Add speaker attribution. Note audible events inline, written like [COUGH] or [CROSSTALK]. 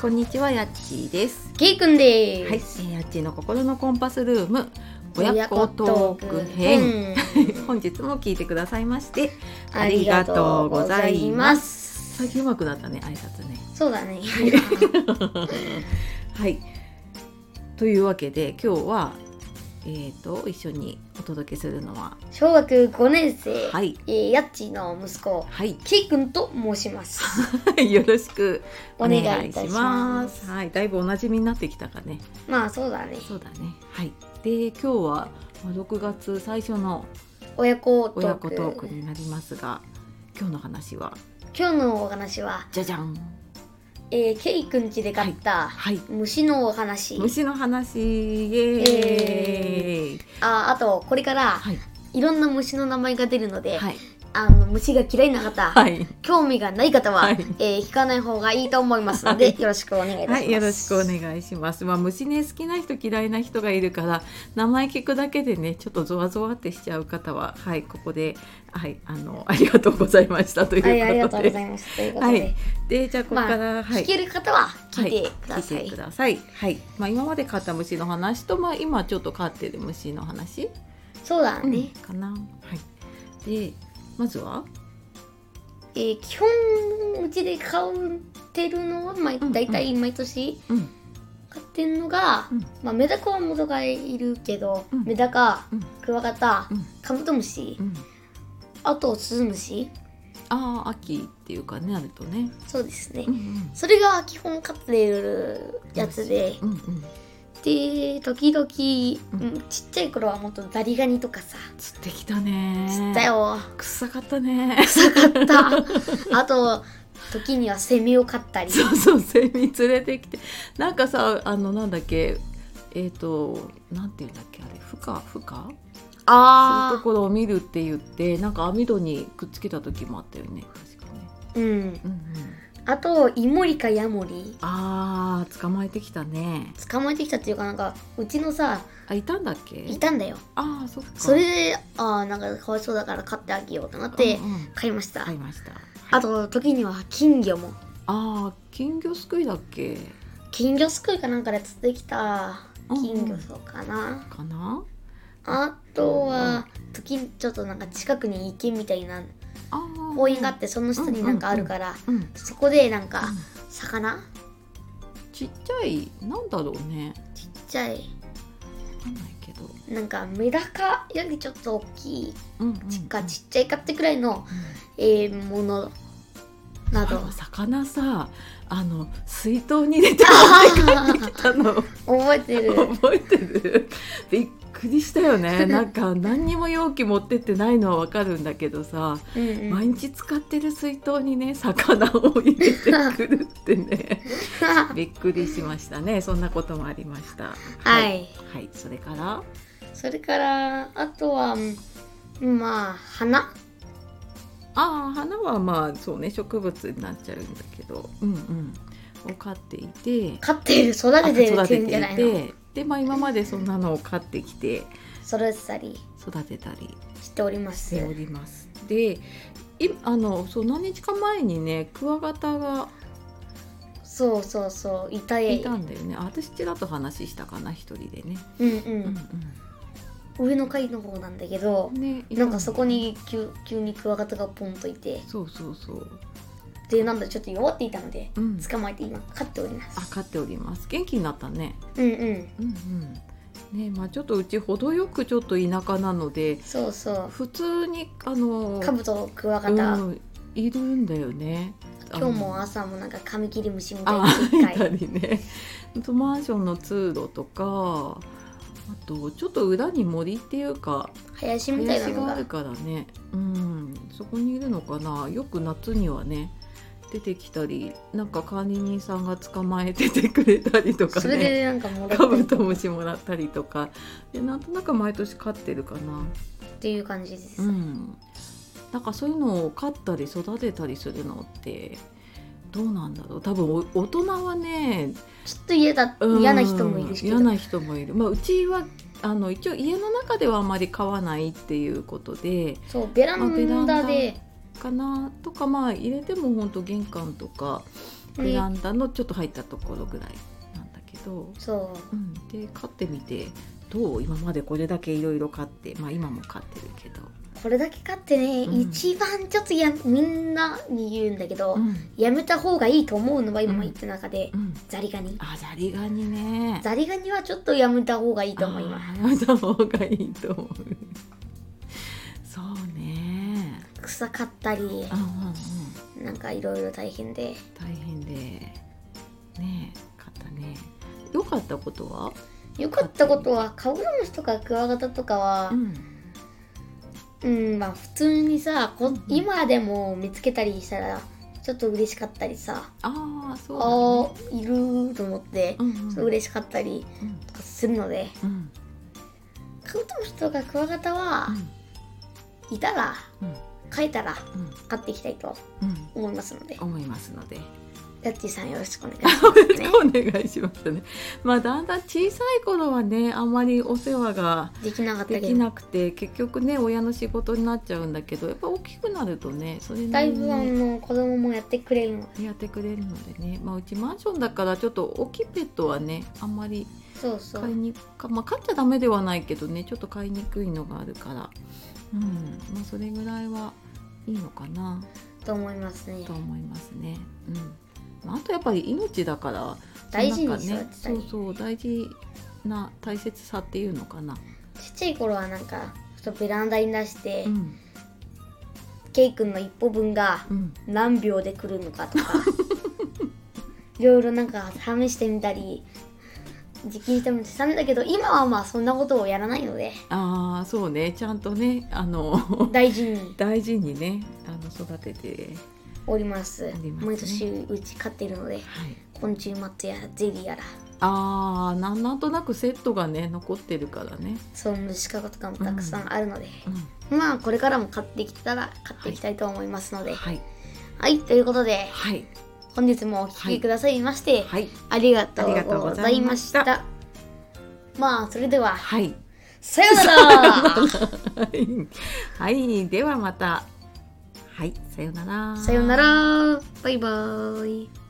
Speaker 1: こんにちは、やっちーです。
Speaker 2: ケイくんで
Speaker 1: はい、え
Speaker 2: す。
Speaker 1: ーやっちーの心のコンパスルーム親子トーク編。
Speaker 2: 編。
Speaker 1: 本日も聞いてくださいましてあ
Speaker 2: [LAUGHS] あ
Speaker 1: り
Speaker 2: り
Speaker 1: が
Speaker 2: が
Speaker 1: と
Speaker 2: と
Speaker 1: う
Speaker 2: う
Speaker 1: ご
Speaker 2: ご
Speaker 1: ざ
Speaker 2: ざ
Speaker 1: い
Speaker 2: い
Speaker 1: ま。
Speaker 2: ますす。
Speaker 1: 最近上手くなったね、挨拶ね。
Speaker 2: そうだね。
Speaker 1: はい。というわけで今日はえっ、と一緒にお届けするのは
Speaker 2: 小学五年生、
Speaker 1: はい
Speaker 2: えー、やっちーの息子、
Speaker 1: はい。 [LAUGHS]
Speaker 2: ケイくんと申します。
Speaker 1: よろしくお
Speaker 2: お
Speaker 1: 願
Speaker 2: 願
Speaker 1: いい
Speaker 2: いい
Speaker 1: た
Speaker 2: た
Speaker 1: し
Speaker 2: し
Speaker 1: ま。
Speaker 2: ますす。
Speaker 1: はい、だいぶおなじみになってきたかね。
Speaker 2: まあそうだね。
Speaker 1: そうだね。はい。で今日はまあ6月最初の
Speaker 2: 親子ト
Speaker 1: 親
Speaker 2: ー
Speaker 1: 子
Speaker 2: ク。
Speaker 1: トークになりますが、今日の話は
Speaker 2: 今日のお話は、
Speaker 1: じゃじゃん。
Speaker 2: えー、ケイくん家で買った
Speaker 1: はい。
Speaker 2: 虫のお話。
Speaker 1: 虫の話イエーイ。
Speaker 2: ああとこれから
Speaker 1: はい
Speaker 2: いろんな虫の名前が出るので、
Speaker 1: はい
Speaker 2: あの虫が嫌いな方。
Speaker 1: はい
Speaker 2: 興味がない方は、
Speaker 1: はい
Speaker 2: えー聞かない方がいいと思いますので、
Speaker 1: はい
Speaker 2: よろしくお願いいたします。
Speaker 1: はいよろしくお願いします。まあ虫ね好きな人嫌いな人がいるから名前聞くだけでねちょっとゾワゾワってしちゃう方ははいここではいあのありがとうございましたということ
Speaker 2: は
Speaker 1: で。
Speaker 2: い、ありがとうございます。ということで、
Speaker 1: はいでじゃあここから、はい。
Speaker 2: 聞ける方は聞いてくださ
Speaker 1: はい聞
Speaker 2: い。
Speaker 1: いてくださいはいまあ、今まで飼った虫の話と、まあ、今ちょっと飼ってる虫の話、
Speaker 2: そうだね、
Speaker 1: かな、はい、でまずは
Speaker 2: えー基本うちで買ってるのは、まあ、
Speaker 1: んうん
Speaker 2: 大体毎年
Speaker 1: うん
Speaker 2: 買ってるのが、
Speaker 1: うん
Speaker 2: まあ、メダカは元がいるけど、
Speaker 1: うん
Speaker 2: メダカ
Speaker 1: うん
Speaker 2: クワガタ
Speaker 1: うん
Speaker 2: カブトムシ
Speaker 1: うん
Speaker 2: あとスズムシ
Speaker 1: ああ秋っていうかねあるとね
Speaker 2: そうですね、
Speaker 1: うん
Speaker 2: それが基本飼ってるやつで、
Speaker 1: うんうんうん
Speaker 2: で時々、
Speaker 1: うん
Speaker 2: うんちっちゃい頃はもっとザリガニとかさ
Speaker 1: 釣ってきたね
Speaker 2: 釣ったよ
Speaker 1: 臭かったね [LAUGHS]
Speaker 2: 臭かったあと時にはセミを飼ったり
Speaker 1: そうそうセミ連れてきてなんかさあのなんだっけえっ、となんていうんだっけあれ孵化孵化すると
Speaker 2: あ
Speaker 1: ころを見るって言ってなんか網戸にくっつけた時もあったよね確かね、
Speaker 2: あうん
Speaker 1: うんうん
Speaker 2: あとイモリかヤモリ
Speaker 1: あー捕まえてきたね
Speaker 2: 捕まえてきたっていうかなんかうちのさ
Speaker 1: あいたんだっけ
Speaker 2: いたんだよ
Speaker 1: あーそっか
Speaker 2: それでああなんかかわいそうだから飼ってあげようとなって
Speaker 1: うんうん
Speaker 2: 飼いました、
Speaker 1: 買いました
Speaker 2: あと時には金魚も
Speaker 1: あー金魚すくいだっけ
Speaker 2: 金魚すくいかなんかで釣ってきた金
Speaker 1: うんうん
Speaker 2: 魚そうかな、
Speaker 1: かな
Speaker 2: あとは時にちょっとなんか近くに池みたいな
Speaker 1: あー
Speaker 2: 公園があってその下になんかあるから、
Speaker 1: うん
Speaker 2: そこでなんか魚
Speaker 1: ちっちゃいなんだろうね
Speaker 2: ちっちゃい
Speaker 1: わかんないけど
Speaker 2: なんかメダカよりちょっと大きい
Speaker 1: うんうん
Speaker 2: かちっちゃいかってくらいの、
Speaker 1: うん
Speaker 2: えーものな
Speaker 1: [LAUGHS]
Speaker 2: ど
Speaker 1: あの魚さあの水筒に入れて持って帰ってきたの
Speaker 2: 覚えてる
Speaker 1: 覚 [LAUGHS] えてるびっくりしたよ [LAUGHS] ねなんか何にも容器持ってってないのはわかるんだけどさ
Speaker 2: うんうん
Speaker 1: 毎日使ってる水筒にね魚を入れてくるってね [LAUGHS] びっくりしましたねそんなこともありました
Speaker 2: [LAUGHS] はい、
Speaker 1: はい、はいそれから
Speaker 2: それからあとはうんまあ花
Speaker 1: ああ花はまあそうね植物になっちゃうんだけどうんうんを飼っていて
Speaker 2: 飼ってる育ててるっていうんじゃないの
Speaker 1: てでまあ今までそんなのを飼ってきて
Speaker 2: 育てたり
Speaker 1: 育てたり
Speaker 2: しておりま
Speaker 1: し
Speaker 2: す
Speaker 1: ておりますでいあのそう何日か前にねクワガタが
Speaker 2: そうそうそういたい
Speaker 1: いたんだよねあ私ちらっと話したかな一人でね、
Speaker 2: うん
Speaker 1: う
Speaker 2: うんん上の階の方なんだけど
Speaker 1: うん、ね
Speaker 2: なんかそこに急急にクワガタがポンといて
Speaker 1: そうそうそう、
Speaker 2: でなんだちょっと弱っていたので
Speaker 1: うん、
Speaker 2: 捕まえて今飼っておりま
Speaker 1: あ
Speaker 2: す
Speaker 1: 飼っております元気になったね
Speaker 2: うんうん
Speaker 1: うんうんねまあちょっとうち程よくちょっと田舎なので
Speaker 2: そうそ
Speaker 1: 普通にあの
Speaker 2: うカブトクワガタ、
Speaker 1: うんいるんだよね
Speaker 2: 今日も
Speaker 1: あ
Speaker 2: 朝もなんかカミキリムシみたい
Speaker 1: あ
Speaker 2: な一
Speaker 1: いた
Speaker 2: 回
Speaker 1: りねあとマンションの通路とかあとちょっと裏に森っていうか
Speaker 2: 林みたいな
Speaker 1: 林
Speaker 2: の
Speaker 1: があ
Speaker 2: が
Speaker 1: るからねうんそこにいるのかなよく夏にはね出てきたりなんか管理人さんが捕まえててくれたりとか
Speaker 2: それ
Speaker 1: ね
Speaker 2: でなんかもら
Speaker 1: カ
Speaker 2: っ
Speaker 1: ブ
Speaker 2: て
Speaker 1: トムシもらったりとかでなんとなく毎年飼ってるかな
Speaker 2: っていう感じです、
Speaker 1: うんなんかそういうのを飼ったり育てたりするのってどうなんだろう多分お大人はね
Speaker 2: ちょっと嫌だ
Speaker 1: うん
Speaker 2: 嫌な人もいるし
Speaker 1: 嫌な人もいる、まあ、うちはあの一応家の中ではあまり飼わないっていうことで
Speaker 2: そうベランダ
Speaker 1: あベランダ
Speaker 2: で
Speaker 1: かなとかまあ入れても本当玄関とかベランダのちょっと入ったところぐらいなんだけど、
Speaker 2: そ
Speaker 1: うん、で飼ってみてどう今までこれだけいろいろ飼ってまあ今も飼ってるけど、
Speaker 2: うこれだけ飼ってね、
Speaker 1: うん
Speaker 2: 一番ちょっとやみんなに言うんだけど、
Speaker 1: うん
Speaker 2: やめた方がいいと思うのは今も言った中で、
Speaker 1: うん、
Speaker 2: ザリガニ
Speaker 1: あザリガニね
Speaker 2: ザリガニはちょっとやめた方がいいと思います
Speaker 1: あやめた方がいいと思うそうね
Speaker 2: 草刈ったり
Speaker 1: うんうんうん
Speaker 2: なんかいろいろ大変で
Speaker 1: 大変でねえ飼ったね良かったことは
Speaker 2: よかったことはカブラムシとかクワガタとかは
Speaker 1: うん
Speaker 2: うん、まあ普通にさこ
Speaker 1: ん
Speaker 2: 今でも見つけたりしたらちょっと嬉しかったりさ
Speaker 1: ああそう
Speaker 2: あ
Speaker 1: だね
Speaker 2: あいると思って
Speaker 1: うん
Speaker 2: ちょっ
Speaker 1: う
Speaker 2: と
Speaker 1: ん
Speaker 2: 嬉しかったり
Speaker 1: うん
Speaker 2: とかするので
Speaker 1: うん
Speaker 2: カブトムシとかクワガタはいたら
Speaker 1: うん
Speaker 2: 飼えたら
Speaker 1: うん
Speaker 2: 飼っていきたいと
Speaker 1: うん
Speaker 2: 思いますので
Speaker 1: 思いますので
Speaker 2: ダッチーさんよろしくお願いしま
Speaker 1: [LAUGHS]
Speaker 2: すね
Speaker 1: お願いしますね。まあだんだん小さい頃はねあんまりお世話が
Speaker 2: できなかったけ
Speaker 1: で
Speaker 2: ど
Speaker 1: きなくて結局ね親の仕事になっちゃうんだけどやっぱ大きくなるとねそれ
Speaker 2: だ
Speaker 1: ないりに
Speaker 2: ぶあ
Speaker 1: ね
Speaker 2: の子供もやってくれるの
Speaker 1: やってくれるのでね、まあ、うちマンションだからちょっと大きいペットはねあんまり
Speaker 2: そうそ
Speaker 1: 買いうにか、まあ、買っちゃダメではないけどねちょっと買いにくいのがあるから、うんまあ、それぐらいはいいのかな
Speaker 2: と思いますね
Speaker 1: と思いますね。うんまあ、あとやっぱり命だから
Speaker 2: 大事に
Speaker 1: なんか
Speaker 2: 育
Speaker 1: ね
Speaker 2: てた
Speaker 1: そ
Speaker 2: り、
Speaker 1: うそう大事な大切さっていうのかな。
Speaker 2: ちっちゃい頃はなんかちょっとベランダに出して、
Speaker 1: うん
Speaker 2: ケイ君の一歩分が
Speaker 1: うん
Speaker 2: 何秒で来るのかと [LAUGHS] かいろいろなんか試してみたり実験してみてたんだけど今はまあそんなことをやらないので
Speaker 1: ああそうねちゃんとねあの [LAUGHS]
Speaker 2: 大事に
Speaker 1: 大事にねあの育てて、
Speaker 2: おります
Speaker 1: おりますね
Speaker 2: 毎年うち飼ってるので
Speaker 1: はい、
Speaker 2: 昆虫マットやゼリーやら
Speaker 1: あーなんなんとなくセットがね残ってるからね、
Speaker 2: そういう虫かごとかもたくさんあるので、
Speaker 1: うん
Speaker 2: まあこれからも買ってきたら買っていきたいと思いますのではい、
Speaker 1: はい
Speaker 2: ということで
Speaker 1: はい
Speaker 2: 本日もお聴きくださいまして、
Speaker 1: はい
Speaker 2: ありがと
Speaker 1: ありがと
Speaker 2: う
Speaker 1: う
Speaker 2: ご
Speaker 1: ご
Speaker 2: ざ
Speaker 1: ざ
Speaker 2: い
Speaker 1: い
Speaker 2: ま
Speaker 1: ま
Speaker 2: し
Speaker 1: したた
Speaker 2: まあそれでは
Speaker 1: はい
Speaker 2: さようなら
Speaker 1: はいはい [LAUGHS] ではまたはいさようなら
Speaker 2: さようならバイバイ